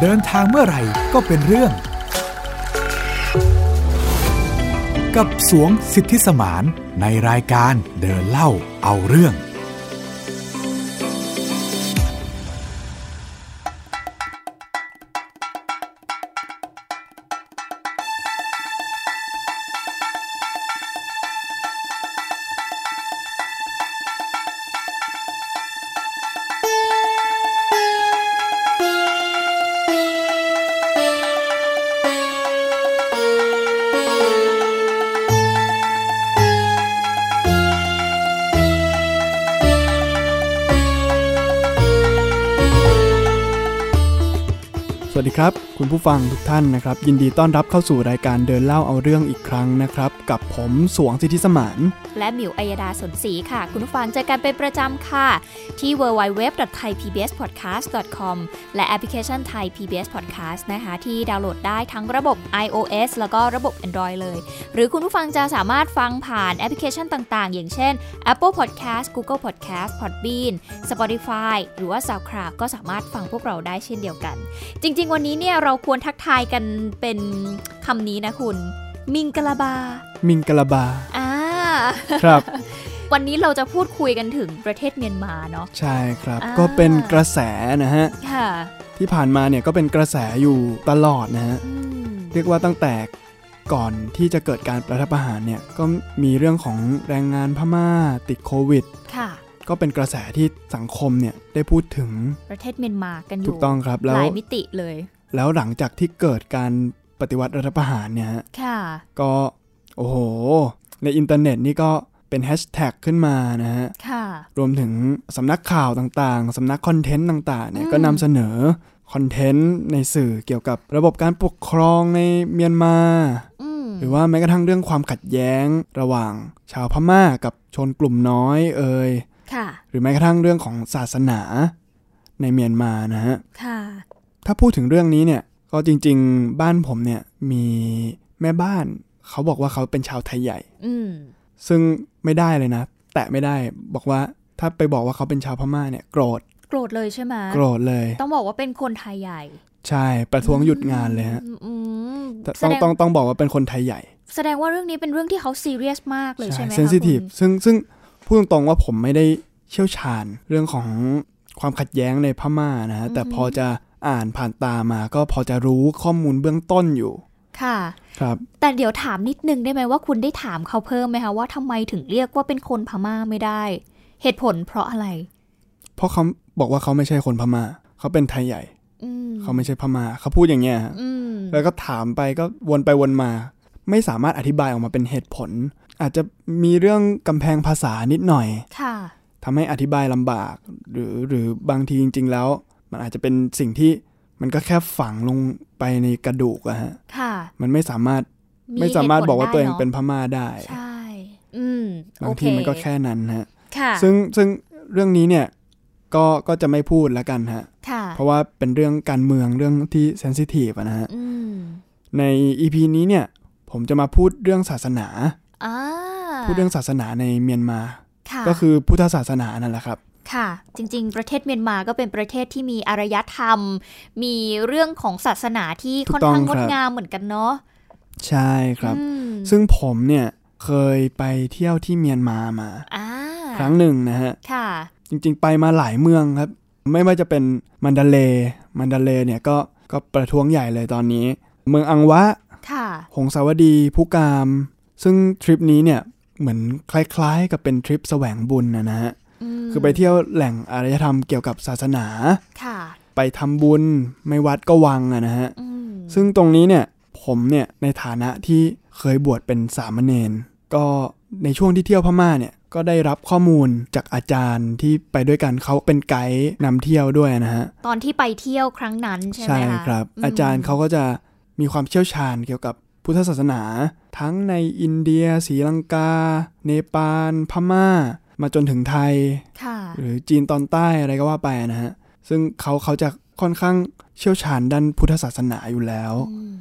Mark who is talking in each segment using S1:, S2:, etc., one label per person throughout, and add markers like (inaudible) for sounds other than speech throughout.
S1: เดินทางเมื่อไหร่ก็เป็นเรื่อง กับสวงสิทธิสมานในรายการเดินเล่าเอาเรื่อง
S2: สวัสดีครับ คุณผู้ฟังทุกท่านนะครับ ยินดีต้อนรับเข้าสู่รายการเดินเล่าเอาเรื่องอีกครั้งนะครับ กับผมสวงสิทธิสมาน
S3: และหมิวอัยดาสนศรีค่ะ คุณผู้ฟังเจอกันเป็นประจำค่ะ ที่ www.thaipbspodcast.com และแอปพลิเคชัน Thai PBS Podcast นะคะ ที่ดาวน์โหลดได้ทั้งระบบ iOS แล้วก็ระบบ Android เลย หรือคุณผู้ฟังจะสามารถฟังผ่านแอปพลิเคชันต่างๆ อย่างเช่น Apple Podcast Google Podcast Podbean Spotify หรือว่า SoundCloud ก็สามารถฟังพวกเราได้เช่นเดียวกัน จริง ๆ วันนี้เนี่ยเราควรทักทายกันเป็นคำนี้นะคุณ มิงกะลาบา
S2: มิงกะลาบา
S3: อ่า
S2: ครับ
S3: (laughs) วันนี้เราจะพูดคุยกันถึงประเทศเมียนมาเนาะ
S2: ใช่ครับ
S3: อ่า
S2: ก็เป็นกระแสนะฮะ
S3: ค่ะ
S2: ที่ผ่านมาเนี่ยก็เป็นกระแสอยู่ตลอดนะฮะ
S3: อืม
S2: เรียกว่าตั้งแต่ก่อนที่จะเกิดการประทับประหารเนี่ย ก็มีเรื่องของแรงงานพม่าติดโควิด
S3: ค่ะ
S2: ก็เป็นกระแสที่สังคมเนี่ยได้พูดถึง
S3: ประเทศเมียนมากันอ
S2: ถู
S3: ยู่
S2: กต้องครับ แล้
S3: ห
S2: ว
S3: ลายมิติเลย
S2: แล้วหลังจากที่เกิดการปฏิวัติรัฐประหารเนี่ยฮะ
S3: ค่ะ
S2: ก็โอ้โห ในอินเทอร์เน็ตนี่ก็เป็นแฮชแท็กขึ้นมานะฮะ
S3: ค่ะ
S2: รวมถึงสำนักข่าวต่างๆ สำนักคอนเทนต์ต่างๆเนี่ย
S3: อืม
S2: ก็นำเสนอคอนเทนต์ในสื่อเกี่ยวกับระบบการปกครองในเมียนมา
S3: อืม
S2: หรือว่าแม้กระทั่งเรื่องความขัดแย้งระหว่างชาวพม่ากับชนกลุ่มน้อยเอ่ย
S3: ค่ะ
S2: หรือแม้กระทั่งเรื่องของศาสนาในเมียนมานะฮะ
S3: ค่ะ
S2: ถ้าพูดถึงเรื่องนี้เนี่ยก็จริงๆบ้านผมเนี่ยมีแม่บ้าน เขาบอกว่าเขาเป็นชาวไทยใหญ่
S3: อืม
S2: ซึ่งไม่ได้เลยนะ แตะไม่ได้บอกว่าถ้าไปบอกว่าเขาเป็นชาวพม่าเนี่ยโกรธ
S3: โกรธเลยใช่ไหม
S2: โกรธเลย
S3: ต้องบอกว่าเป็นคนไทยใหญ่
S2: ใช่ประท้วงหยุดงานเลยฮะ
S3: อืม
S2: แต่
S3: แส
S2: ต้อง
S3: ดง
S2: ต้องต้องบอกว่าเป็นคนไทยใหญ่
S3: แสดงว่าเรื่องนี้เป็นเรื่องที่เขาซีเรียสมากเลยใช่ไหมคะ
S2: เซนซิทีฟ
S3: คุณ
S2: ซึ่งซึ่งพูดตรงๆว่าผมไม่ได้เชี่ยวชาญเรื่องของความขัดแย้งในพม่านะฮะแต่พอจะอ่านผ่านตามา ก็พอจะรู้ข้อมูลเบื้องต้นอยู่
S3: ค่ะ
S2: ครับ
S3: แต่เดี๋ยวถามนิดนึงได้ไหมว่าคุณได้ถามเขาเพิ่มไหมคะว่าทำไมถึงเรียกว่าเป็นคนพม่าไม่ได้ เหตุผลเพราะอะไร
S2: เพราะเขาบอกว่าเขาไม่ใช่คนพม่า เขาเป็นไทยใหญ่
S3: อืม
S2: เขาไม่ใช่พม่า เขาพูดอย่างเงี้ยฮะ
S3: อืม
S2: แล้วก็ถามไปก็วนไปวนมา ไม่สามารถอธิบายออกมาเป็นเหตุผล อาจจะมีเรื่องกำแพงภาษานิดหน่อย
S3: ค่ะ
S2: ทำให้อธิบายลำบาก หรือหรือบางทีจริง ๆ แล้ว มันอาจจะเป็นสิ่งที่มันก็แค่ฝังลงไปในกระดูกอะฮะ
S3: ค่ะ
S2: มันไม่สามารถไม่สามารถบอกว่าตัวเองเป็นพม่าได้
S3: ใช่ อืม
S2: บางทีมันก็แค่นั้นฮะ
S3: ค่ะ
S2: ซึ่งซึ่งเรื่องนี้เนี่ยก็ก็จะไม่พูดแล้วกันฮะ
S3: ค่ะ
S2: เพราะว่าเป็นเรื่องการเมืองเรื่องที่เซนซิทีฟนะฮะ
S3: อืม
S2: ใน EP นี้เนี่ย ผมจะมาพูดเรื่องศาสนา
S3: อ่า
S2: พูดเรื่องศาสนาในเมียนมา
S3: ค่ะ
S2: ก็คือพุทธศาสนานั่นแหละครับ
S3: ค่ะ จริง ๆ ประเทศเมียนมาก็เป็นประเทศที่มีอารยธรรม มีเรื่องของศาสนาที่
S2: ถูก
S3: ค่อน
S2: ต้อง
S3: ข้าง
S2: ค
S3: ง
S2: รั
S3: ด
S2: บ
S3: งามเหมือนกันเนาะ
S2: ใช่ครับ
S3: อืม
S2: ซึ่งผมเนี่ยเคยไปเที่ยวที่เมียนมามา
S3: อ่า
S2: ครั้งหนึ่งนะฮะ
S3: ค่ะ
S2: จริงๆ ไปมาหลายเมืองครับ ไม่ว่าจะเป็นมันดาเลย์มันดาเลย์เนี่ยก็ก็ประท้วงใหญ่เลยตอนนี้ เมืองอังวะ
S3: ค่ะ
S2: หงสาวดีพุกาม ซึ่งทริปนี้เนี่ยเหมือนคล้ายๆ กับเป็นทริปแสวงบุญนะนะฮะ
S3: อืม
S2: คือไปเที่ยวแหล่งอารยธรรมเกี่ยวกับศาสนา
S3: ค่ะ
S2: ไปทำบุญไม่วัดก็วังอะนะฮะ
S3: อืม
S2: ซึ่งตรงนี้เนี่ยผมเนี่ยในฐานะที่เคยบวชเป็นสามเณรก็ในช่วงที่เที่ยวพม่าเนี่ยก็ได้รับข้อมูลจากอาจารย์ที่ไปด้วยกันเขาเป็นไกด์นำเที่ยวด้วยนะฮะ
S3: ตอนที่ไปเที่ยวครั้งนั้นใช่ไหมคะ
S2: ครับ อาจารย์เขาก็จะมีความเชี่ยวชาญเกี่ยวกับพุทธศาสนา ทั้งในอินเดียศรีลังกา เนปาลพม่า มาจนถึงไทย
S3: ค่ะ
S2: หรือจีนตอนใต้อะไรก็ว่าไปนะฮะ ซึ่งเขาเขาจะค่อนข้างเชี่ยวชาญด้านพุทธศาสนาอยู่แล้ว
S3: อืม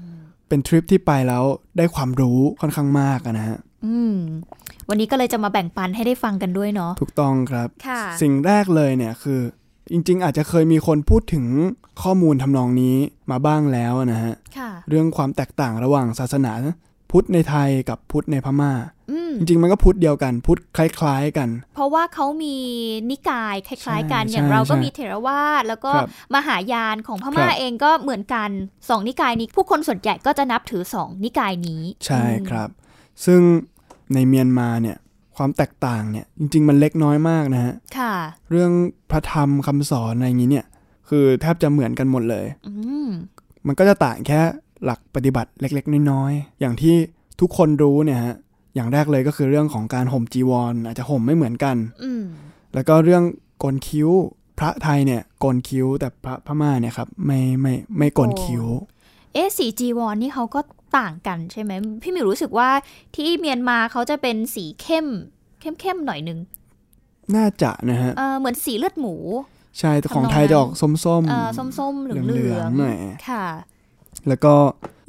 S2: เป็นทริปที่ไปแล้วได้ความรู้ค่อนข้างมากอะนะฮะ
S3: อืม วันนี้ก็เลยจะมาแบ่งปันให้ได้ฟังกันด้วยเนาะ
S2: ถูกต้องครับ
S3: ค่ะ
S2: สิ่งแรกเลยเนี่ยคือ จริง ๆ อาจจะเคยมีคนพูดถึงข้อมูลทำนองนี้มาบ้างแล้วนะฮะ
S3: ค่ะ
S2: เรื่องความแตกต่างระหว่างศาสนาพุทธในไทยกับพุทธในพม่า
S3: อืม
S2: จริง ๆ มันก็พุทธเดียวกันพุทธคล้าย ๆ กัน
S3: เพราะว่าเขามีนิกายคล้ายๆ กัน
S2: ใช่
S3: อย่างเราก็
S2: ใช่
S3: มีเถรวาทแล้วก็
S2: ครับ
S3: มหายานของพม่า
S2: ครับ
S3: เองก็เหมือนกันสองนิกายนี้ ผู้คนส่วนใหญ่ก็จะนับถือสองนิกายนี้
S2: ใช่
S3: อืม
S2: ครับ ซึ่งในเมียนมาเนี่ยความแตกต่างเนี่ยจริง ๆ มันเล็กน้อยมากนะฮะ
S3: ค่ะ
S2: เรื่องพระธรรมคำสอนอะไรอย่างนี้เนี่ยคือแทบจะเหมือนกันหมดเลย
S3: อืม
S2: มันก็จะต่างแค่หลักปฏิบัติเล็กๆ น้อยๆ อย่างที่ทุกคนรู้เนี่ยฮะ อย่างแรกเลยก็คือเรื่องของการห่มจีวร อาจจะห่มไม่เหมือนกัน
S3: อืม
S2: แล้วก็เรื่องโกนคิ้ว พระไทยเนี่ยโกนคิ้ว แต่พระพม่าเนี่ยครับไม่ไม่ไม่โกนคิ้ว
S3: เอะสีจีวรนี่เขาก็ต่างกันใช่ไหมพี่หมิวรู้สึกว่าที่เมียนมาเขาจะเป็นสีเข้มเข้มๆหน่อยหนึง
S2: น่าจะนะฮะ
S3: เออเหมือนสีเลือดหมู
S2: ใช่แต่ของไทยจะออกส้ม
S3: เออ
S2: ๆ
S3: ส้มๆเหลือง
S2: เหลืองๆหน่อย
S3: ค่ะ
S2: แล้วก็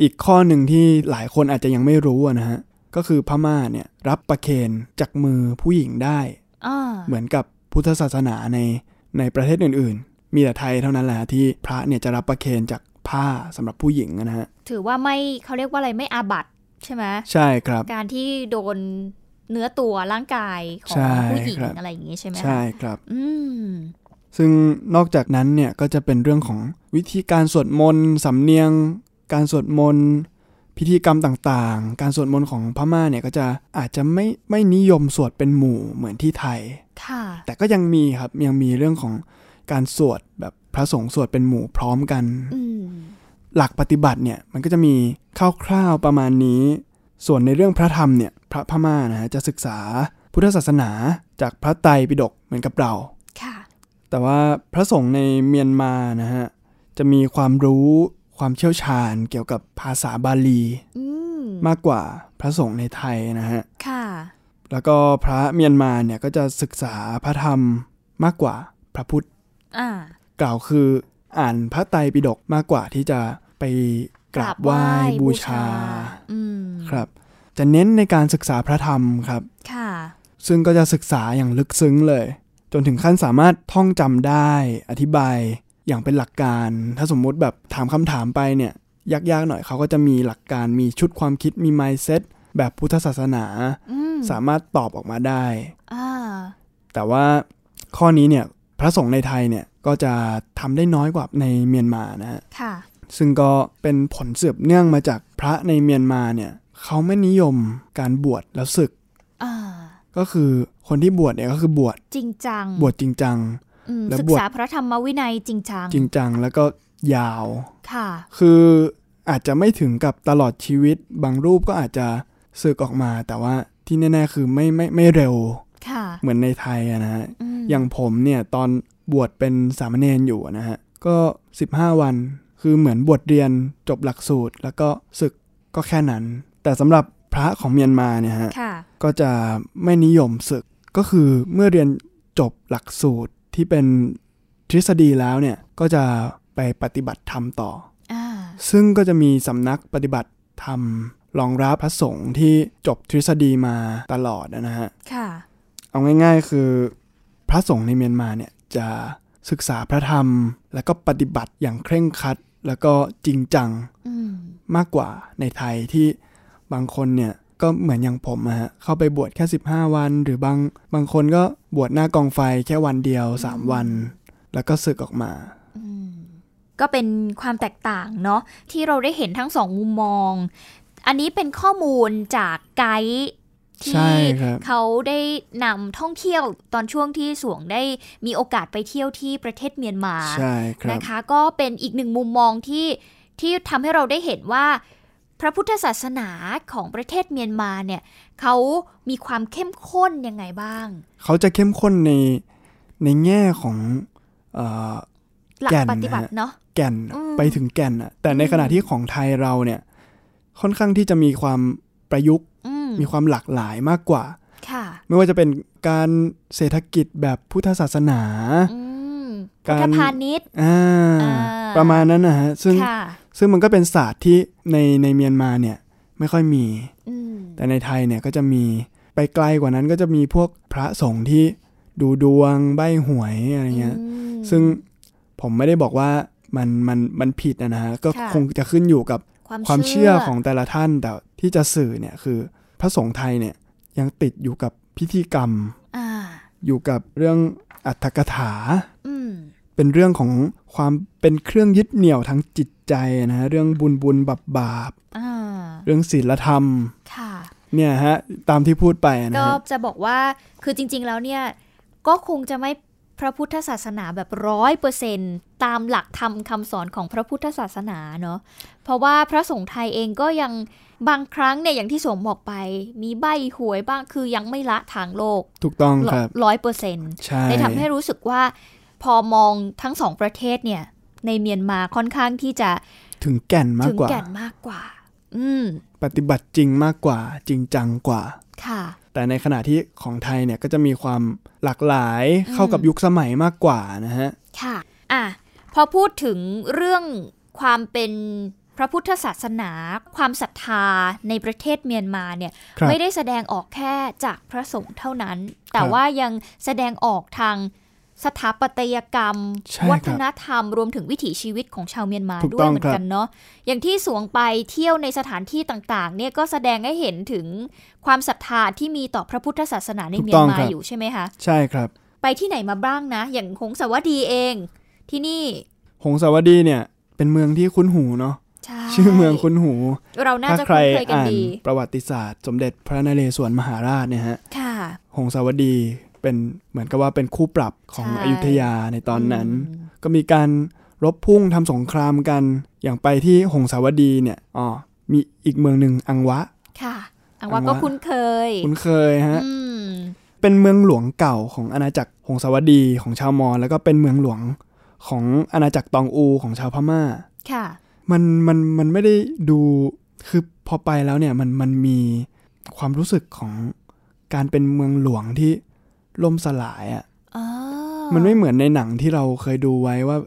S2: อีกข้อหนึ่งที่หลายคนอาจจะยังไม่รู้อะนะฮะ ก็คือพม่าเนี่ยรับประเคนจากมือผู้หญิงได้
S3: อ่า
S2: เหมือนกับพุทธศาสนาในในประเทศอื่นๆ มีแต่ไทยเท่านั้นแหละฮะที่พระเนี่ยจะรับประเคนจากผ้าสำหรับผู้หญิงอะนะฮะ
S3: ถือว่าไม่เขาเรียกว่าอะไรไม่อาบัตใช่ไหม
S2: ใช่ครับ
S3: การที่โดนเนื้อตัวร่างกายของ
S2: ใช่
S3: ผู้หญิง
S2: ครับ
S3: อะไรอย่างงี้ใช่ไหมคะ
S2: ใช่ครับ
S3: อืม
S2: ซึ่งนอกจากนั้นเนี่ยก็จะเป็นเรื่องของวิธีการสวดมนต์สำเนียง การสวดมนต์พิธีกรรมต่างๆ การสวดมนต์ของพม่าเนี่ยก็จะอาจจะไม่ไม่นิยมสวดเป็นหมู่เหมือนที่ไทย
S3: ค่ะ
S2: แต่ก็ยังมีครับยังมีเรื่องของการสวดแบบพระสงฆ์สวดเป็นหมู่พร้อมกัน
S3: อืม
S2: หลักปฏิบัติเนี่ยมันก็จะมีคร่าวๆประมาณนี้ ส่วนในเรื่องพระธรรมเนี่ยพระพม่านะฮะจะศึกษาพุทธศาสนาจากพระไตรปิฎกเหมือนกับเรา
S3: ค่ะ
S2: แต่ว่าพระสงฆ์ในเมียนมานะฮะจะมีความรู้ความเชี่ยวชาญเกี่ยวกับภาษาบาลี
S3: อืม
S2: มากกว่าพระสงฆ์ในไทยนะฮะ
S3: ค่ะ
S2: แล้วก็พระเมียนมาเนี่ยก็จะศึกษาพระธรรมมากกว่าพระพุทธ
S3: อ่า
S2: กล่าวคืออ่านพระไตรปิฎกมากกว่าที่จะไปกราบไหว้บูชา
S3: อืม
S2: ครับ จะเน้นในการศึกษาพระธรรมครับ
S3: ค่ะ
S2: ซึ่งก็จะศึกษาอย่างลึกซึ้งเลย จนถึงขั้นสามารถท่องจำได้อธิบายอย่างเป็นหลักการ ถ้าสมมุติแบบถามคำถามไปเนี่ยยากๆหน่อยเขาก็จะมีหลักการมีชุดความคิดมี mindset แบบพุทธศาสนา
S3: อืม
S2: สามารถตอบออกมาได้
S3: อ่า
S2: แต่ว่าข้อนี้เนี่ยพระสงฆ์ในไทยเนี่ยก็จะทำได้น้อยกว่าในเมียนมานะฮะ
S3: ค่ะ
S2: ซึ่งก็เป็นผลสืบเนื่องมาจากพระในเมียนมาเนี่ยเขาไม่นิยมการบวชแล้วศึก
S3: อ่า
S2: ก็คือคนที่บวชเนี่ยก็คือบวช
S3: จริงจัง
S2: บวชจริงจัง
S3: อืม
S2: และ
S3: ศึก
S2: บวช
S3: ษาพระธรรมวินัยจริงจัง
S2: จริงจังแล้วก็ยาว
S3: ค่ะ
S2: คืออาจจะไม่ถึงกับตลอดชีวิตบางรูปก็อาจจะสึกออกมา แต่ว่าที่แน่ๆคือไม่ไม่ไม่เร็ว
S3: ค่ะ
S2: เหมือนในไทยอะนะฮะ
S3: อืม
S2: อย่างผมเนี่ยตอนบวชเป็นสามเณรอยู่อะนะฮะก็ 15 วัน คือเหมือนบวชเรียนจบหลักสูตร แล้วก็ศึกก็แค่นั้น แต่สำหรับพระของเมียนมาเนี่ยฮะ
S3: ค่ะ
S2: ก็จะไม่นิยมศึก ก็คือเมื่อเรียนจบหลักสูตรที่เป็นทฤษฎีแล้วเนี่ย ก็จะไปปฏิบัติธรรมต่อ
S3: อ่า
S2: ซึ่งก็จะมีสำนักปฏิบัติธรรมรองรับพระสงฆ์ที่จบทฤษฎีมาตลอดนะฮะ
S3: ค่ะ
S2: เอาง่ายๆ คือ พระสงฆ์ในเมียนมาเนี่ยจะศึกษาพระธรรม แล้วก็ปฏิบัติอย่างเคร่งครัด แล้วก็จริงจัง
S3: อืม
S2: มากกว่าในไทยที่บางคนเนี่ยก็เหมือนอย่างผมอะฮะเข้าไปบวชแค่ 15 วัน หรือบางบางคนก็บวชหน้ากองไฟแค่วันเดียว 3 วัน แล้วก็สึกออกมา
S3: อืมก็เป็นความแตกต่างเนาะที่เราได้เห็นทั้งสองมุมมอง อันนี้เป็นข้อมูลจากไกด์
S2: ใช่
S3: ที่
S2: ครับ
S3: เขาได้นำท่องเที่ยวตอนช่วงที่สวงได้มีโอกาสไปเที่ยวที่ประเทศเมียนมา
S2: ใช่ครับ
S3: นะคะก็เป็นอีกหนึ่งมุมมองที่ที่ทำให้เราได้เห็นว่า พระพุทธศาสนาของประเทศเมียนมาเนี่ยเขามีความเข้มข้นยังไงบ้าง
S2: เขาจะเข้มข้นในในแง่ของเอ่อ
S3: หลัก
S2: แก่นนะฮะ
S3: ปฏิบัติเนาะ
S2: แก่น
S3: อืม
S2: ไปถึงแก่นอะแต่ในขณะที่ของไทยเราเนี่ยค่อนข้างที่จะมีความประยุกต์
S3: อืม
S2: มีความหลากหลายมากกว่า
S3: ค่ะ
S2: ไม่ว่าจะเป็นการเศรษฐกิจแบบพุทธศาสนา
S3: อืม
S2: การ
S3: พุทธพาณิชย์
S2: อ่า
S3: อ่า
S2: ประมาณนั้นนะฮะซึ่ง
S3: ค่ะ
S2: ซึ่งมันก็เป็นศาสตร์ที่ในในเมียนมาเนี่ยไม่ค่อยมี
S3: อืม
S2: แต่ในไทยเนี่ยก็จะมีไปไกลกว่านั้นก็จะมีพวกพระสงฆ์ที่ ดูดวงใบหวยอะไรเงี้ย
S3: อืม
S2: ซึ่งผมไม่ได้บอกว่ามันมันมันผิดนะฮะก็
S3: ค่ะ
S2: คงจะขึ้นอยู่กับ
S3: ความ
S2: ความเชื่อของแต่ละท่านแต่ที่จะสื่อเนี่ยคือพระสงฆ์ไทยเนี่ยยังติดอยู่กับพิธีกรรม
S3: อ่า
S2: อยู่กับเรื่องอัตถกถา
S3: อืม
S2: เป็นเรื่องของความเป็นเครื่องยึดเหนี่ยวทางจิตใจนะฮะเรื่องบุญบุญบาปบาป
S3: อ่า
S2: เรื่องศีลธรรม
S3: ค่ะ
S2: เนี่ยฮะตามที่พูดไปนะ
S3: ก็
S2: ฮะ
S3: จะบอกว่าคือจริง ๆ แล้วเนี่ย ก็คงจะไม่พระพุทธศาสนาแบบร้อยเปอร์เซนตามหลักธรรมคำสอนของพระพุทธศาสนาเนาะเพราะว่าพระสงฆ์ไทยเองก็ยังบางครั้งเนี่ยอย่างที่สวมบอกไป มีใบหวยบ้างคือยังไม่ละทางโลก
S2: ถูกต้องครับ
S3: ร้อยเปอร์เซนต์
S2: ใช่
S3: เลยทำให้รู้สึกว่า พอมองทั้งสองประเทศเนี่ย ในเมียนมาค่อนข้างที่จะ
S2: ถึงแก่นมา
S3: ถึ
S2: ก
S3: ง
S2: กว่า
S3: แก่นมากกว่า อืม
S2: ปฏิบัติจริงมากกว่า จริงจังกว่า
S3: ค่ะ
S2: แต่ในขณะที่ของไทยเนี่ยก็จะมีความหลากหลายเข้ากับยุคสมัยมากกว่านะฮะ
S3: ค่ะ อ่ะ พอพูดถึงเรื่องความเป็นพระพุทธศาสนา ความศรัทธาในประเทศเมียนมาเนี่ย
S2: ครับ
S3: ไม่ได้แสดงออกแค่จากพระสงฆ์เท่านั้น แต่
S2: ครับ
S3: ว่ายังแสดงออกทางสถาปัตยกรรม
S2: ใช่ครับ
S3: วัฒนธรรม รวมถึงวิถีชีวิตของชาวเมียนมา
S2: ถูก
S3: ด้ว
S2: ต้อ
S3: ย
S2: ง
S3: เหมือ
S2: ครั
S3: น
S2: บ
S3: กันเนาะ อย่างที่สวงไปเที่ยวในสถานที่ต่างๆ เนี่ยก็แสดงให้เห็นถึงความศรัทธาที่มีต่อพระพุทธศาสนาในเมียนมาอยู่ใช่ไหมคะ
S2: ใช่ครับ
S3: ไปที่ไหนมาบ้างนะ อย่างหงสาวดีเอง ที่นี่
S2: หงสาวดีเนี่ยเป็นเมืองที่คุ้นหูเนาะ
S3: ใช่
S2: ชื่อเมืองคุ้นหู
S3: เราน่า
S2: ถ้า
S3: จะ
S2: ใคร
S3: คุ้นเคยกัน
S2: อ่าน
S3: ดี
S2: ประวัติศาสตร์ สมเด็จพระนเรศวรมหาราชเนี่ยฮะ
S3: ค่ะ
S2: หงสาวดีเป็นเหมือนกับว่าเป็นคู่ปรับของ
S3: ใช่
S2: อยุธยาในตอนนั้น ก็มีการรบพุ่งทำสงครามกัน อย่างไปที่หงสาวดีเนี่ยอ๋อมีอีกเมืองหนึ่งอังวะ
S3: ค่ะอังวา
S2: อังวะ
S3: ก็คุ้นเคย
S2: คุ้นเคยฮะ
S3: อืม
S2: เป็นเมืองหลวงเก่าของอาณาจักรหงสาวดีของชาวมอญแล้วก็เป็นเมืองหลวงของอาณาจักรตองอูของชาวพม่า
S3: ค่ะ
S2: มันมันมันไม่ได้ดูคือพอไปแล้วเนี่ยมันมันมีความรู้สึกของการเป็นเมืองหลวงที่ล่มสลายอะ่ะ
S3: อ๋อ
S2: มันไม่เหมือนในหนังที่เราเคยดูไว้ว่า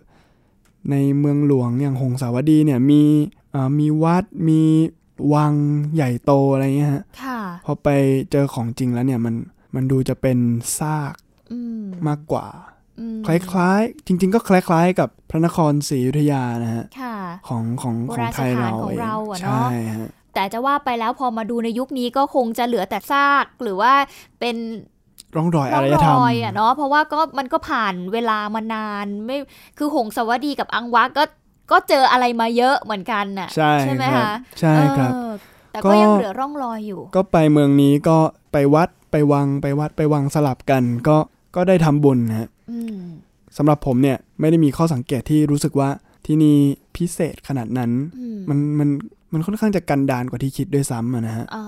S2: ในเมืองหลวงอย่างหงสาวดีเนี่ยมีเอ่อมีวัดมีวังใหญ่โตอะไรเงี้ยฮะ
S3: ค่ะ
S2: พอไปเจอของจริงแล้วเนี่ยมันมันดูจะเป็นซาก
S3: อืม
S2: มากกว่า
S3: อืม
S2: คล้ายๆ จริง ๆ ก็คล้ายๆ กับพระนครศรีอยุธยานะฮะ
S3: ค่ะ
S2: ของของ
S3: โบ
S2: ขอ
S3: ราง ณ
S2: ไทย
S3: สถาน
S2: เรา
S3: ของ
S2: เอง
S3: เราอะเนอะ
S2: ใช่ฮะ
S3: แต่จะว่าไปแล้วพอมาดูในยุคนี้ก็คงจะเหลือแต่ซาก หรือว่าเป็น
S2: ร่องรอย
S3: ร่
S2: อา
S3: อง
S2: รยธรรม
S3: รอยอ่ะเนาะเพราะว่าก็มันก็ผ่านเวลามานานไม่คือหงสาวดีกับอังวะก็ก็เจออะไรมาเยอะเหมือนกันน่ะ
S2: ใช่
S3: ไหม
S2: ครับ
S3: คะ
S2: ใช่ครับ
S3: เออแต่
S2: ก็
S3: ก็ยังเหลือร่องรอยอยู่
S2: ก็ไปเมืองนี้ก็ไปวัดไปวังไปวัดไปวังสลับกัน ก็ก็ได้ทำบุญนะฮะ
S3: อืม
S2: สำหรับผมเนี่ยไม่ได้มีข้อสังเกตที่รู้สึกว่าที่นี่พิเศษขนาดนั้น
S3: อืม
S2: มันมันมันค่อนข้างจะกันดานกว่าที่คิดด้วยซ้ำอะนะฮะ
S3: อ๋อ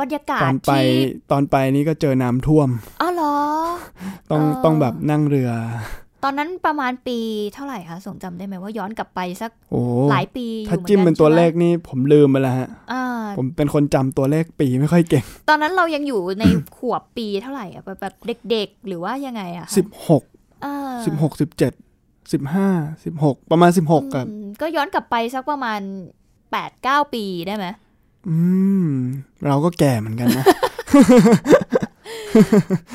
S3: บรรยากา
S2: ตอ
S3: ศ
S2: นไป
S3: ที่
S2: ตอนไปนี่ก็เจอน้ำท่วม
S3: อ๋อเหรอ
S2: ต้อง
S3: เออ
S2: ต้องแบบนั่งเรือ
S3: ตอนนั้นประมาณปีเท่าไหร่คะสงจำได้ไหมว่าย้อนกลับไปสัก
S2: โอ้
S3: หลายปีอยู่
S2: ถ้า
S3: หอกั
S2: จิ้มเป็นตัวเลข
S3: ใช่ไห
S2: นี่ผมลืมไปแล้วฮะ
S3: อ่า
S2: ผมเป็นคนจำตัวเลขปีไม่ค่อยเก่ง
S3: ตอนนั้นเรายังอยู่ใน ขวบปีเท่าไหร่อะแบบแบบเด็กๆ หรือว่ายังไงอะคะ
S2: 16
S3: เออ
S2: 16 17 15 16 ประมาณ 16ครับ
S3: อืมก็ย้อนกลับไปสักประมาณแปดเก้าปีได้ไหม
S2: อืม เราก็แก่เหมือนกัน
S3: (laughs)
S2: นะ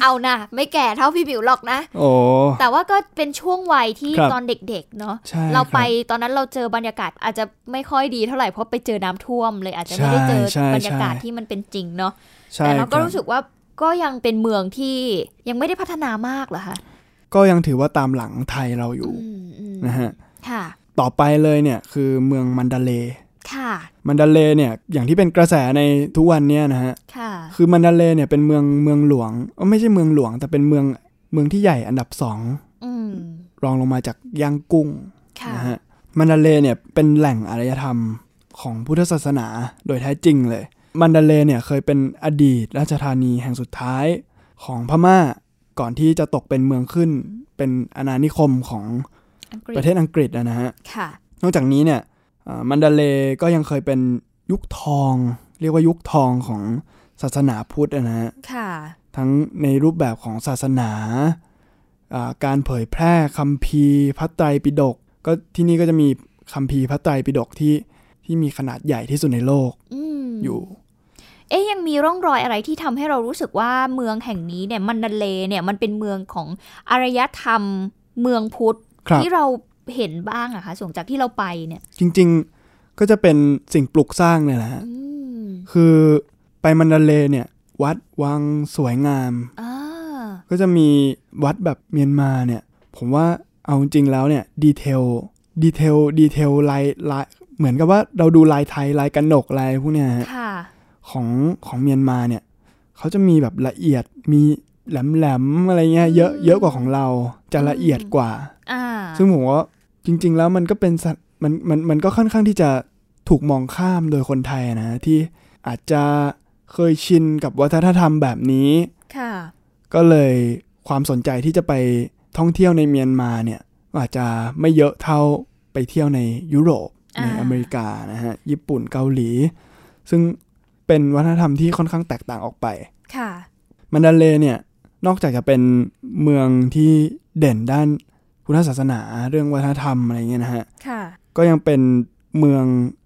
S3: เอานะไม่แก่เท่าพี่บิวหรอกนะ
S2: โอ้
S3: แต่ว่าก็เป็นช่วงวัยที่
S2: ครับ
S3: ตอนเด็กๆเนาะ
S2: ใช่ครับ
S3: เราไปตอนนั้นเราเจอบรรยากาศอาจจะไม่ค่อยดีเท่าไหร่เพราะไปเจอน้ำท่วมเลยอาจจะไม่ได้เจอ
S2: ใช่ใช่
S3: บรรยากาศที่มันเป็นจริงเนาะ
S2: ใช่
S3: แต่เรา
S2: ค
S3: ก็
S2: รับ
S3: รู้สึกว่าก็ยังเป็นเมืองที่ยังไม่ได้พัฒนามากเหรอคะ
S2: ก็ยังถือว่าตามหลังไทยเราอยู่
S3: อืมอืม
S2: นะฮะ
S3: ค่ะ
S2: ต่อไปเลยเนี่ยคือเมืองมันดาเลย์
S3: ค่ะ
S2: มันดาเลย์เนี่ยอย่างที่เป็นกระแสในทุกวันเนี่ยนะฮะ
S3: ค่ะ
S2: คือมันดาเลย์เนี่ยเป็นเมืองเมืองหลวงเอ้อไม่ใช่เมืองหลวง แต่เป็นเมืองเมืองที่ใหญ่อันดับสอง
S3: อืม
S2: รองลงมาจากย่างกุ้ง
S3: ค่ะ
S2: นะฮะมันดาเลย์เนี่ยเป็นแหล่งอารยธรรมของพุทธศาสนาโดยแท้จริงเลย มันดาเลย์เนี่ยเคยเป็นอดีตราชธานีแห่งสุดท้ายของพม่าก่อนที่จะตกเป็นเมืองขึ้น เป็นอาณานิคมของ
S3: อังกฤษ
S2: ประเทศอังกฤษนะนะฮะ
S3: ค่ะ
S2: นอกจากนี้เนี่ยเอ่อมันดาเลย์ก็ยังเคยเป็นยุคทอง เรียกว่ายุคทองของศาสนาพุทธนะฮะ
S3: ค่ะ
S2: ทั้งในรูปแบบของศาสนาอ่าการเผยแพร่คัมภีร์พระไตรปิฎกก็ที่นี่ก็จะมีคัมภีร์พระไตรปิฎกที่ที่มีขนาดใหญ่ที่สุดในโลก
S3: อืม
S2: อยู่
S3: เอ๊ยยังมีร่องรอยอะไรที่ทำให้เรารู้สึกว่าเมืองแห่งนี้เนี่ยมันดาเลเนี่ยมันเป็นเมืองของอารยธรรมเมืองพุทธ
S2: ครับ
S3: ที่เราเห็นบ้างอะคะส่งจากที่เราไปเนี่ย
S2: จริงๆก็จะเป็นสิ่งปลูกสร้างเนี่ยแหละฮะ
S3: อืม
S2: คือไปมันดาเลย์เนี่ย วัดวังสวยงาม
S3: อ่า
S2: ก็จะมีวัดแบบเมียนมาเนี่ย ผมว่าเอาจริงๆแล้วเนี่ยดีเทลดีเทลดีเทลลายลายเหมือนกับว่าเราดูลายไทยลายกันหนกลายพวกเนี้ยฮะ
S3: ค่ะ
S2: ของของเมียนมาเนี่ยเขาจะมีแบบละเอียดมีแหลมๆอะไรเงี้ยเยอะเยอะกว่าของเราจะละเอียดกว่า
S3: อ่า
S2: ซึ่งผมว่าจริง ๆ แล้วมันก็เป็นสัตว์มันมันมันก็ค่อนข้างที่จะถูกมองข้ามโดยคนไทยนะที่อาจจะเคยชินกับวัฒนธรรมแบบนี้
S3: ค่ะ
S2: ก็เลยความสนใจที่จะไปท่องเที่ยวในเมียนมาเนี่ยอาจจะไม่เยอะเท่าไปเที่ยวในยุโรป
S3: อ่า
S2: ในอเมริกานะฮะญี่ปุ่นเกาหลี ซึ่งเป็นวัฒนธรรมที่ค่อนข้างแตกต่างออกไป
S3: ค่ะ
S2: มันดาเลย์เนี่ยนอกจากจะเป็นเมืองที่เด่นด้านพุทธศาสนาเรื่องวัฒนธรรมอะไรเงี้ยนะฮะ
S3: ค่ะ
S2: ก็ยังเป็นเมือง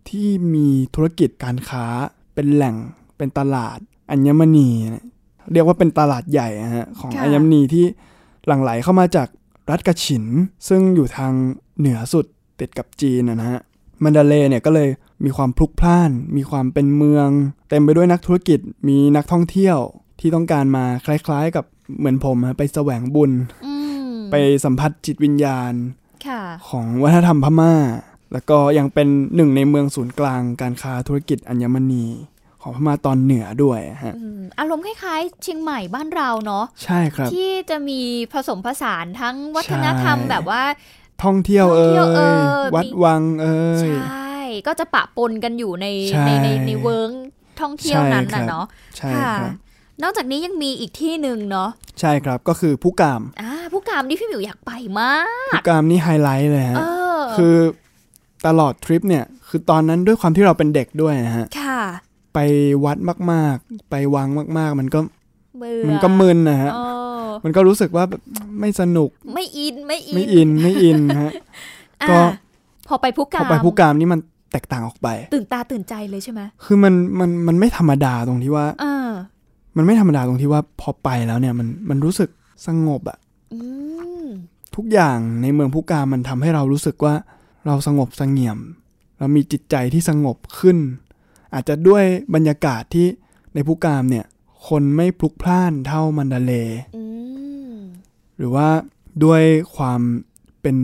S2: ที่มีธุรกิจการค้าเป็นแหล่งเป็นตลาดอัญมณีนะเรียกว่าเป็นตลาดใหญ่นะฮะของ
S3: ค่ะ
S2: อัญมณีที่หลั่งไหลเข้ามาจากรัฐกระฉิน ซึ่งอยู่ทางเหนือสุดติดกับจีนนะนะฮะมันดาเลย์เนี่ยก็เลยมีความพลุกพล่าน มีความเป็นเมือง เต็มไปด้วยนักธุรกิจมีนักท่องเที่ยวที่ต้องการมาคล้ายๆกับเหมือนผมฮะไปแสวงบุญ
S3: อืม
S2: ไปสัมผัสจิตวิญญาณ
S3: ค่ะ
S2: ของวัฒนธรรมพม่า แล้วก็ยังเป็นหนึ่งในเมืองศูนย์กลางการค้าธุรกิจอัญมณีของพม่าตอนเหนือด้วยฮะ
S3: อืมอารมณ์คล้ายๆ เชียงใหม่บ้านเราเนาะ
S2: ใช่ครับ
S3: ที่จะมีผสมผสานทั้งวัฒนธรรม
S2: ใช่
S3: แบบว่า
S2: ท่องเที่ยว
S3: ท่อง
S2: เอ่
S3: เที่
S2: ย
S3: ยวเอ่ย
S2: วัดวังเอ่ย
S3: ใช่ก็จะปะปนกันอยู่ใน
S2: ใช่
S3: ในในในเวิร์งท่องเที่ยวนั้น
S2: ใช่ครั
S3: น่ะ
S2: บ
S3: เนาะ
S2: ใช่
S3: ค่ะ
S2: ครับ
S3: นอกจากนี้ยังมีอีกที่หนึ่งเนาะ
S2: ใช่ครับก็คือผู้กาม
S3: อ่าผู้กามนี่พี่หมิวอยากไปมาก
S2: ผู้กามนี่ไฮไลท์เลยฮะ
S3: เออ
S2: คือตลอดทริปเนี่ย คือตอนนั้นด้วยความที่เราเป็นเด็กด้วยนะฮะ
S3: ค่ะ
S2: ไปวัดมากๆ ไปวังมากๆ มันก็
S3: เบื่อ
S2: มันก็มึนนะฮะ
S3: เออ
S2: มันก็รู้สึกว่าแบบไม่สนุก
S3: ไม่อินไม่อิ
S2: ไม่
S3: น
S2: อินไม่อินฮะ ก็
S3: อ่ะพอไปผู้
S2: พ
S3: กา
S2: อ
S3: ม
S2: ไปผู้กามนี่มันแตกต่างออกไป
S3: ตื่นตาตื่นใจเลยใช่ไหม
S2: คือมันมันมันไม่ธรรมดาตรงที่ว่า
S3: เออ
S2: มันไม่ธรรมดาตรงที่ว่าพอไปแล้วเนี่ยมันมันรู้สึกสงบอะ
S3: อืม
S2: ทุกอย่างในเมืองพุกามมันทำให้เรารู้สึกว่าเราสงบเสงเงียม เรามีจิตใจที่สงบขึ้น อาจจะด้วยบรรยากาศที่ในพุกามเนี่ย คนไม่พลุกพล่านเท่ามันดาเลย์
S3: อืม
S2: หรือว่าด้วยความเป็น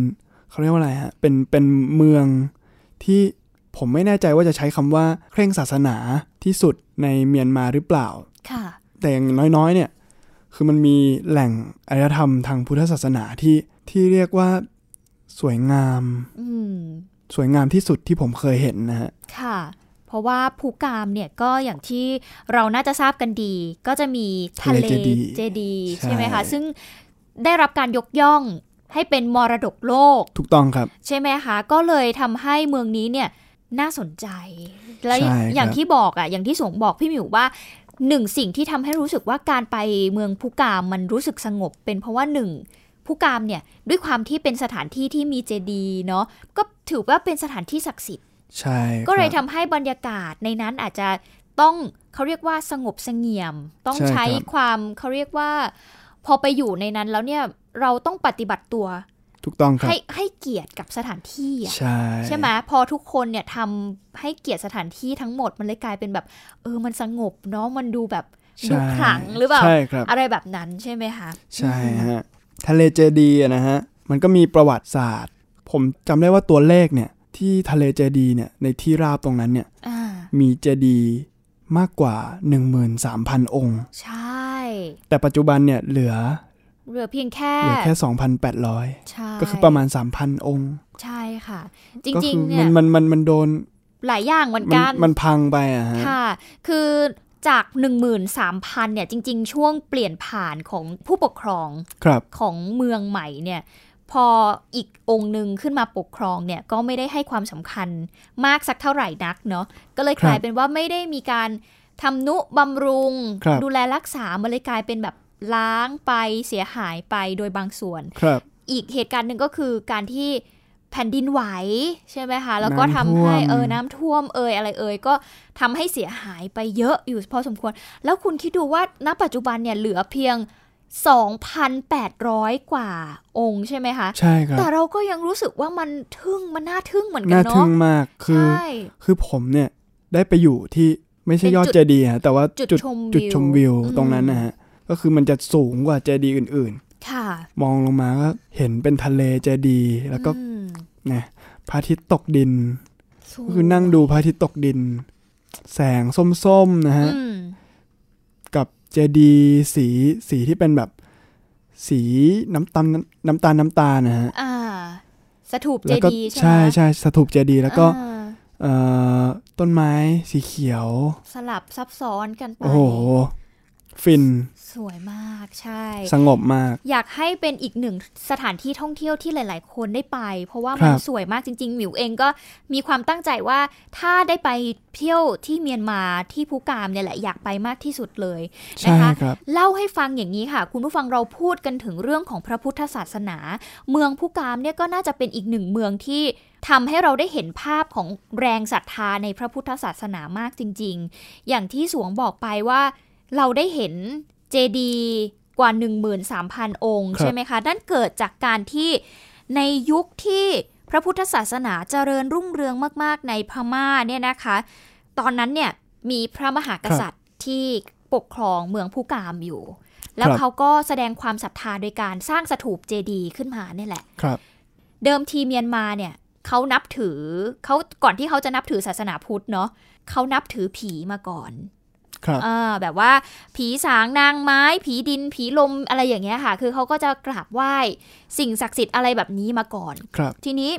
S2: เขาเรียกว่าอะไรฮะเป็นเป็นเมืองที่ผมไม่แน่ใจว่าจะใช้คำว่าเคร่งศาสนาที่สุดในเมียนมาหรือเปล่า
S3: ค่ะ
S2: แต่อย่างน้อยๆ เนี่ย คือมันมีแหล่งอารยธรรมทางพุทธศาสนาที่ที่เรียกว่าสวยงาม
S3: อืม
S2: สวยงามที่สุดที่ผมเคยเห็นนะฮะ
S3: ค่ะ เพราะว่าภูกามเนี่ยก็อย่างที่เราน่าจะทราบกันดี ก็จะมีทะเล
S2: ทะเลเจดีย์
S3: เจดีย์
S2: ใช่
S3: ใช่ไหมคะ ซึ่งได้รับการยกย่องให้เป็นมรดกโลก
S2: ถูกต้องครับ
S3: ใช่ไหมคะ ก็เลยทำให้เมืองนี้เนี่ยน่าสนใจ และ
S2: ใช่ครับ
S3: อย่างที่บอกอะอย่างที่สงบอกพี่หมิวว่าหนึ่งสิ่งที่ทำให้รู้สึกว่าการไปเมืองภูกามมันรู้สึกสงบ เป็นเพราะว่าหนึ่งภูกามเนี่ยด้วยความที่เป็นสถานที่ที่มีเจดีย์เนาะก็ถือว่าเป็นสถานที่ศักดิ์สิทธิ
S2: ใช่ครับ
S3: ก็เลยทำให้บรรยากาศในนั้นอาจจะต้องเขาเรียกว่าสงบเสงี่ยม ต้อง
S2: ใช่
S3: ใช้
S2: ครับ
S3: ความเขาเรียกว่า พอไปอยู่ในนั้นแล้วเนี่ยเราต้องปฏิบัติตัว
S2: ถูกต้องครับ
S3: ให้ให้เกียรติกับสถานที่อะ
S2: ใช่
S3: ใช่ไหมพอทุกคนเนี่ยทำให้เกียรติสถานที่ทั้งหมดมันเลยกลายเป็นแบบ เออมันสงบเนาะมันดูแบบดู
S2: ใช่
S3: ขลังหรือเปล่า
S2: ใช่ครับ
S3: อะไรแบบนั้นใช่ไหมคะ
S2: ใช่ฮะทะเลเจดีย์อะนะฮะมันก็มีประวัติศาสตร์ ผมจำได้ว่าตัวเลขเนี่ย ที่ทะเลเจดีย์เนี่ยในที่ราบตรงนั้นเนี่ย
S3: อ่า
S2: มีเจดีย์มากกว่า 13,000 องค์
S3: ใช่
S2: แต่ปัจจุบันเนี่ยเหลือ
S3: เหลือเพียงแค่
S2: เหลือแค่ 2,800
S3: ใช่
S2: ก็คือประมาณ 3,000 องค์
S3: ใช่ค่ะ จ
S2: ก็
S3: ริ
S2: คื
S3: งๆเนี่
S2: มั
S3: ย
S2: นมันมันมันโดน
S3: หลายอย่างเหมือน
S2: มัน
S3: กัน
S2: มันพังไปอะฮะ
S3: ค่ะ คือจาก 13,000เนี่ยจริง ๆ ช่วงเปลี่ยนผ่านของผู้ปกครอง
S2: ครับ
S3: ของเมืองใหม่เนี่ยพออีกองค์หนึ่งขึ้นมาปกครองเนี่ยก็ไม่ได้ให้ความสำคัญมากสักเท่าไหร่นักเนาะก็เลยกลายเป็นว่าไม่ได้มีการทำนุบำรุง
S2: ครับ
S3: ดูแลรักษามันเลยกลายเป็นแบบล้างไปเสียหายไปโดยบางส่วน
S2: ครับ
S3: อีกเหตุการณ์หนึ่งก็คือการที่ แผ่นดินไหวใช่ไหมคะ แล้วก็ทำ
S2: น้ำท่วม
S3: ให้เออน้ำท่วมเอยอะไรเอยก็ทำให้เสียหายไปเยอะอยู่พอสมควร แล้วคุณคิดดูว่าณปัจจุบันเนี่ยเหลือเพียง 2,800 กว่าองค์ใช่ไหมคะ
S2: ใช่ครับ
S3: แต่เราก็ยังรู้สึกว่ามันทึ่งมันน่าทึ่งเหมือนกัน
S2: น่าทึ่
S3: เนาะ
S2: งมากคือ
S3: ใช่
S2: คือผมเนี่ยได้ไปอยู่ที่ไม่ใช่
S3: เป็น
S2: ยอด
S3: จุด
S2: เจดีย์ฮะแต่ว่า
S3: จุดชมวิว
S2: จุดชมวิว
S3: อืม
S2: ตรงนั้นนะฮะก็คือมันจะสูงกว่าเจดีย์อื่น
S3: ค่ะ
S2: ๆ มองลงมาก็เห็นเป็นทะเลเจดีย์แล้วก็
S3: อืม
S2: นะพระอาทิตย์ตกดิน
S3: สู
S2: ก็คือนั่งดูพระอาทิตย์ตกดิน แสงส้มๆนะฮะ
S3: อืม
S2: กับเจดีย์สีสีที่เป็นแบบสีน้ำตาลน้ำตาลน้ำตาลนะฮะ
S3: อ่าสถูปเจ
S2: แล้วก็
S3: ดีย์ใช่
S2: ใช่
S3: ไหม
S2: ใช่สถูปเจดีย์แล้วก็
S3: อ่า
S2: เอ่อต้นไม้สีเขียว
S3: สลับซับซ้อนกันไป
S2: โอ้โห ฟิน
S3: สวยมากใช่
S2: สงบมาก
S3: อยากให้เป็นอีกหนึ่งสถานที่ท่องเที่ยวที่หลาย ๆ คนได้ไป เพราะว่า
S2: ครั
S3: มัน
S2: บ
S3: สวยมากจริง ๆ หมิวเองก็มีความตั้งใจว่าถ้าได้ไปเที่ยวที่เมียนมาที่ภูกามเนี่ยแหละอยากไปมากที่สุดเลย
S2: ใช่
S3: นะคะ
S2: ครับ
S3: เล่าให้ฟังอย่างนี้ค่ะ คุณผู้ฟังเราพูดกันถึงเรื่องของพระพุทธศาสนา เมืองผู้กามเนี่ยก็น่าจะเป็นอีกหนึ่งเมืองที่ทำให้เราได้เห็นภาพของแรงศรัทธาในพระพุทธศาสนามากจริง ๆ อย่างที่สวงบอกไปว่าเราได้เห็นเจดีย์กว่า 13,000 องค์
S2: ครับ
S3: ใช่ไหมคะ นั่นเกิดจากการที่ในยุคที่พระพุทธศาสนาเจริญรุ่งเรืองมาก ๆ ในพม่าเนี่ยนะคะ ตอนนั้นเนี่ยมีพระมหากษัตริย์ที่ปกครองเมืองผู้กามอยู่ แล้ว
S2: ครับ
S3: เขาก็แสดงความศรัทธาโดยการสร้างสถูปเจดีย์ขึ้นมาเนี่ยแหละ
S2: ครับ
S3: เดิมทีเมียนมาเนี่ยเขานับถือเขาก่อนที่เขาจะนับถือศาสนาพุทธเนาะเขานับถือผีมาก่อน
S2: ครับ
S3: เออแบบว่าผีสางนางไม้ ผีดิน ผีลมอะไรอย่างเงี้ยค่ะ คือเขาก็จะกราบไหว้สิ่งศักดิ์สิทธิ์อะไรแบบนี้มาก่อน
S2: ครับ
S3: ทีนี้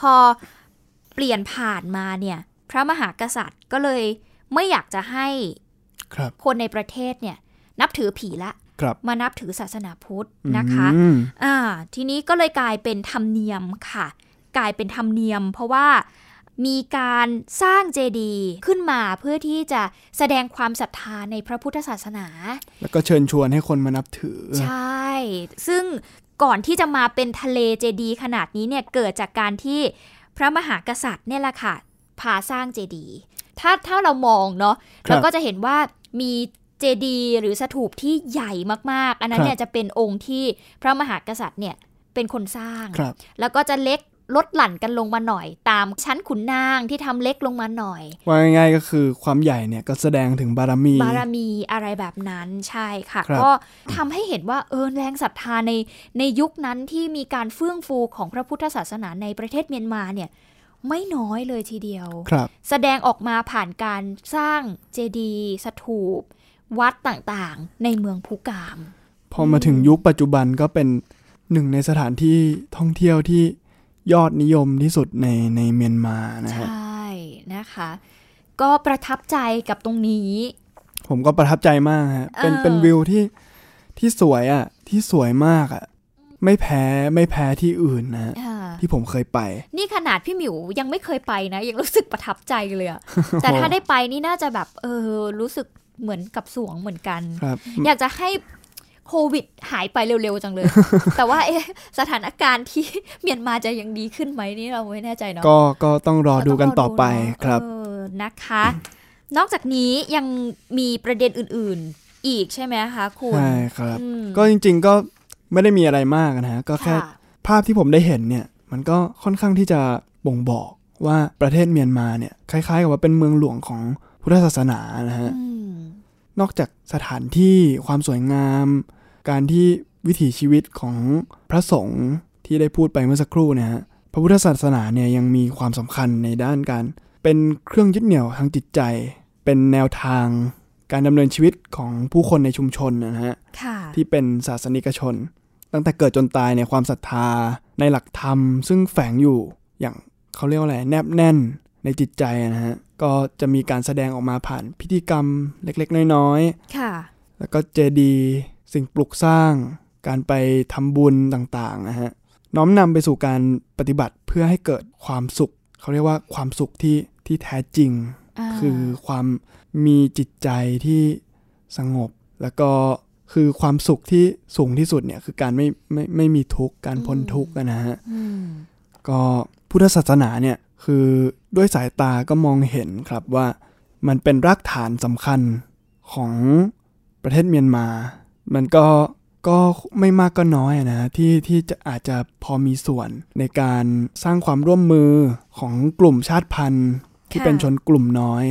S3: พอเปลี่ยนผ่านมาเนี่ย พระมหากษัตริย์ก็เลยไม่อยากจะให้
S2: ครับ
S3: คนในประเทศเนี่ย นับถือผีละ
S2: ครับ
S3: มานับถือศาสนาพุทธนะคะ
S2: อืม
S3: อ่าทีนี้ก็เลยกลายเป็นธรรมเนียมค่ะ กลายเป็นธรรมเนียม เพราะว่ามีการสร้างเจดีย์ขึ้นมาเพื่อที่จะแสดงความศรัทธาในพระพุทธศาสนา
S2: แล้วก็เชิญชวนให้คนมานับถือ
S3: ใช่ ซึ่งก่อนที่จะมาเป็นทะเลเจดีย์ขนาดนี้เนี่ยเกิดจากการที่พระมหากษัตริย์เนี่ยแหละค่ะพาสร้างเจดีย์ถ้าถ้าเรามองเนาะ
S2: ครับ
S3: เราก็จะเห็นว่ามีเจดีย์หรือสถูปที่ใหญ่มากๆ อันนั้น
S2: ครับ
S3: เนี่ยจะเป็นองค์ที่พระมหากษัตริย์เนี่ยเป็นคนสร้าง
S2: ครับ
S3: แล้วก็จะเล็กลดหลั่นกันลงมาหน่อย ตามชั้นขุนนางที่ทำเล็กลงมาหน่อย
S2: ว่าง่ายๆก็คือความใหญ่เนี่ยก็แสดงถึงบารมี
S3: บารมีอะไรแบบนั้นใช่ค่ะ
S2: ครับ
S3: ก็ทำให้เห็นว่าเออแรงศรัทธาในในยุคนั้นที่มีการเฟื่องฟูของพระพุทธศาสนาในประเทศเมียนมาเนี่ยไม่น้อยเลยทีเดียว
S2: ครับ
S3: แสดงออกมาผ่านการสร้างเจดีย์สถูป วัดต่างๆ ในเมืองภูกาม
S2: พอมาถึงยุคปัจจุบันก็เป็นหนึ่งในสถานที่ท่องเที่ยวที่ยอดนิยมที่สุดในในเมียนมานะ
S3: ใช
S2: ฮะ
S3: ่นะคะ ก็ประทับใจกับตรงนี้
S2: ผมก็ประทับใจมากฮะ เป็น
S3: เออ
S2: เป็นวิวที่ที่สวยอ่ะ ที่สวยมากอ่ะ ไม่แพ้ไม่แพ้ที่อื่นนะฮะ
S3: อ่า
S2: ที่ผมเคยไป
S3: นี่ขนาดพี่หมิวยังไม่เคยไปนะ ยังรู้สึกประทับใจเลย
S2: (laughs)
S3: อะ แต่ถ้าได้ไปนี่น่าจะแบบ เออ รู้สึกเหมือนกับสวงเหมือนกัน
S2: ครับ
S3: อยากจะให้โควิดหายไปเร็วๆ
S2: (laughs)
S3: จังเลย แต่ว่าเอ๊ะสถานการณ์ที่ เมียนมาจะยังดีขึ้นไหมนี่เราไม่แน่ใจเนาะ
S2: ก็ก็ต้องรอดูกันต่อไป
S3: เาต้อง
S2: ครับ
S3: เออนะคะ นอกจากนี้ยังมีประเด็นอื่นๆ อีกใช่ไหมคะคุณ
S2: ใช่ครับ
S3: อืม
S2: ก็จริงๆก็ไม่ได้มีอะไรมากนะฮะก็แค่
S3: ค่ะ
S2: ภาพที่ผมได้เห็นเนี่ย มันก็ค่อนข้างที่จะบ่งบอกว่าประเทศเมียนมาเนี่ยคล้ายๆกับว่าเป็นเมืองหลวงของพุทธศาสนานะฮะ
S3: อืม
S2: นอกจากสถานที่ความสวยงาม การที่วิถีชีวิตของพระสงฆ์ที่ได้พูดไปเมื่อสักครู่เนะฮะพระพุทธศาสนาเนี่ยยังมีความสำคัญในด้านการ เป็นเครื่องยึดเหนี่ยวทางจิตใจ เป็นแนวทางการดำเนินชีวิตของผู้คนในชุมชนนะฮะ
S3: ค่ะ
S2: ที่เป็นศาสนิกชน ตั้งแต่เกิดจนตายในยความศรัทธาในหลักธรรม ซึ่งแฝงอยู่อย่างเขาเรียกว่าอะไรแนบแน่นในจิตใจนะฮะก็จะมีการแสดงออกมาผ่านพิธีกรรมเล็กๆ น้อย
S3: ค่ะ
S2: ๆ แล้วก็เจดีย์สิ่งปลูกสร้าง การไปทำบุญต่างๆนะฮะน้อมนำไปสู่การปฏิบัติเพื่อให้เกิดความสุข เขาเรียกว่าความสุขที่ที่แท้จริง
S3: า
S2: คือความมีจิตใจที่สงบ แล้วก็คือความสุขที่สูงที่สุดเนี่ยคือการไม่ไม่ไม่มีทุกข์การพ้นทุกข์อะนะฮะ
S3: อืม
S2: ก็พุทธศาสนาเนี่ยคือด้วยสายตาก็มองเห็นครับว่ามันเป็นรากฐานสำคัญของประเทศเมียนมา มันก็ก็ไม่มากก็น้อยอะนะที่ที่จะอาจจะพอมีส่วนในการสร้างความร่วมมือของกลุ่มชาติพันธุ์ ที่
S3: ค่ะ
S2: เป็นชนกลุ่มน้อย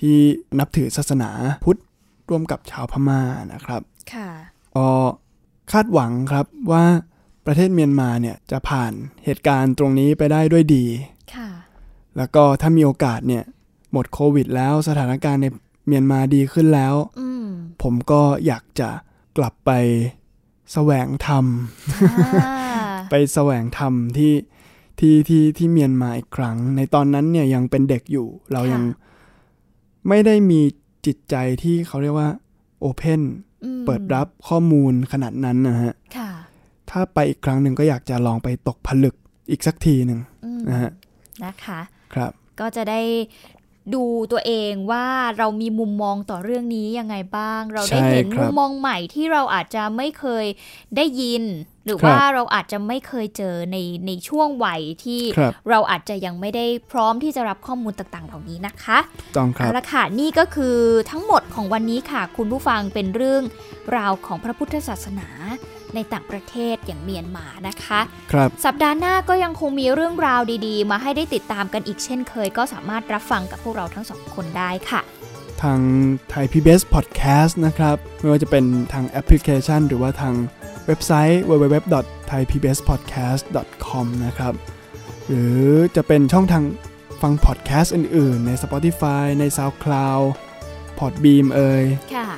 S2: ที่นับถือศาสนาพุทธร่วมกับชาวพม่านะครับ
S3: ค่ะ
S2: ก็คาดหวังครับว่าประเทศเมียนมาเนี่ยจะผ่านเหตุการณ์ตรงนี้ไปได้ด้วยดี
S3: ค่ะ
S2: แล้วก็ถ้ามีโอกาสเนี่ยหมดโควิดแล้วสถานการณ์ในเมียนมาดีขึ้นแล้ว
S3: อืม
S2: ผมก็อยากจะกลับไปแสวงธรรม
S3: อ่า
S2: ไปแสวงธรรมที่ที่ที่ที่เมียนมาอีกครั้ง ในตอนนั้นเนี่ยยังเป็นเด็กอยู่ เรายังไม่ได้มีจิตใจที่เขาเรียกว่าโอเพน
S3: อืม
S2: เปิดรับข้อมูลขนาดนั้นนะฮะ
S3: ค่ะ
S2: ถ้าไปอีกครั้งหนึ่งก็อยากจะลองไปตกผลึกอีกสักทีหนึ่ง
S3: อืม
S2: นะฮะ
S3: นะคะ
S2: ครับ
S3: ก็จะได้ดูตัวเองว่าเรามีมุมมองต่อเรื่องนี้ยังไงบ้าง เราได้
S2: ใช่
S3: เห็น
S2: ครับ
S3: มุมมองใหม่ที่เราอาจจะไม่เคยได้ยิน หรือ
S2: ครับ
S3: ว่าเราอาจจะไม่เคยเจอในในช่วงวัยที่
S2: ครับ
S3: เราอาจจะยังไม่ได้พร้อมที่จะรับข้อมูลต่างๆ เหล่านี้นะคะ
S2: ถูกต้องค
S3: เอา
S2: รับ
S3: ละค่ะนี่ก็คือทั้งหมดของวันนี้ค่ะ คุณผู้ฟังเป็นเรื่องราวของพระพุทธศาสนาในต่างประเทศอย่างเมียนมานะคะ
S2: ครับ
S3: สัปดาห์หน้าก็ยังคงมีเรื่องราวดีๆ มาให้ได้ติดตามกันอีกเช่นเคย ก็สามารถรับฟังกับพวกเราทั้งสองคนได้ค่ะ
S2: ทางไทย PBS Podcast นะครับ ไม่ว่าจะเป็นทางแอปพลิเคชัน หรือว่าทางเว็บไซต์ www.thaipbspodcast.com นะครับ หรือจะเป็นช่องทางฟัง podcast อื่นๆ ใน Spotify ใน SoundCloud Podbeam เอ่ย
S3: ค่ะ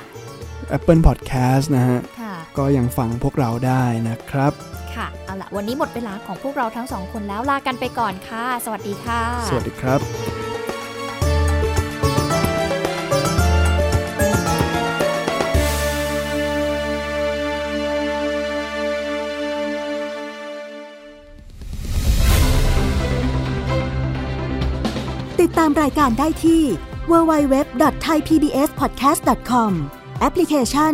S2: Apple Podcast นะฮะ
S3: ค่ะ
S2: ก็ยังฟังพวกเราได้นะครับ
S3: ค่ะ เอาละวันนี้หมดเวลาของพวกเราทั้งสองคนแล้วลากันไปก่อนค่ะ สวัสดีค่ะ
S2: สวัสดีครับ
S4: ติดตามรายการได้ที่ www.thaipbspodcast.com แอปพลิเคชัน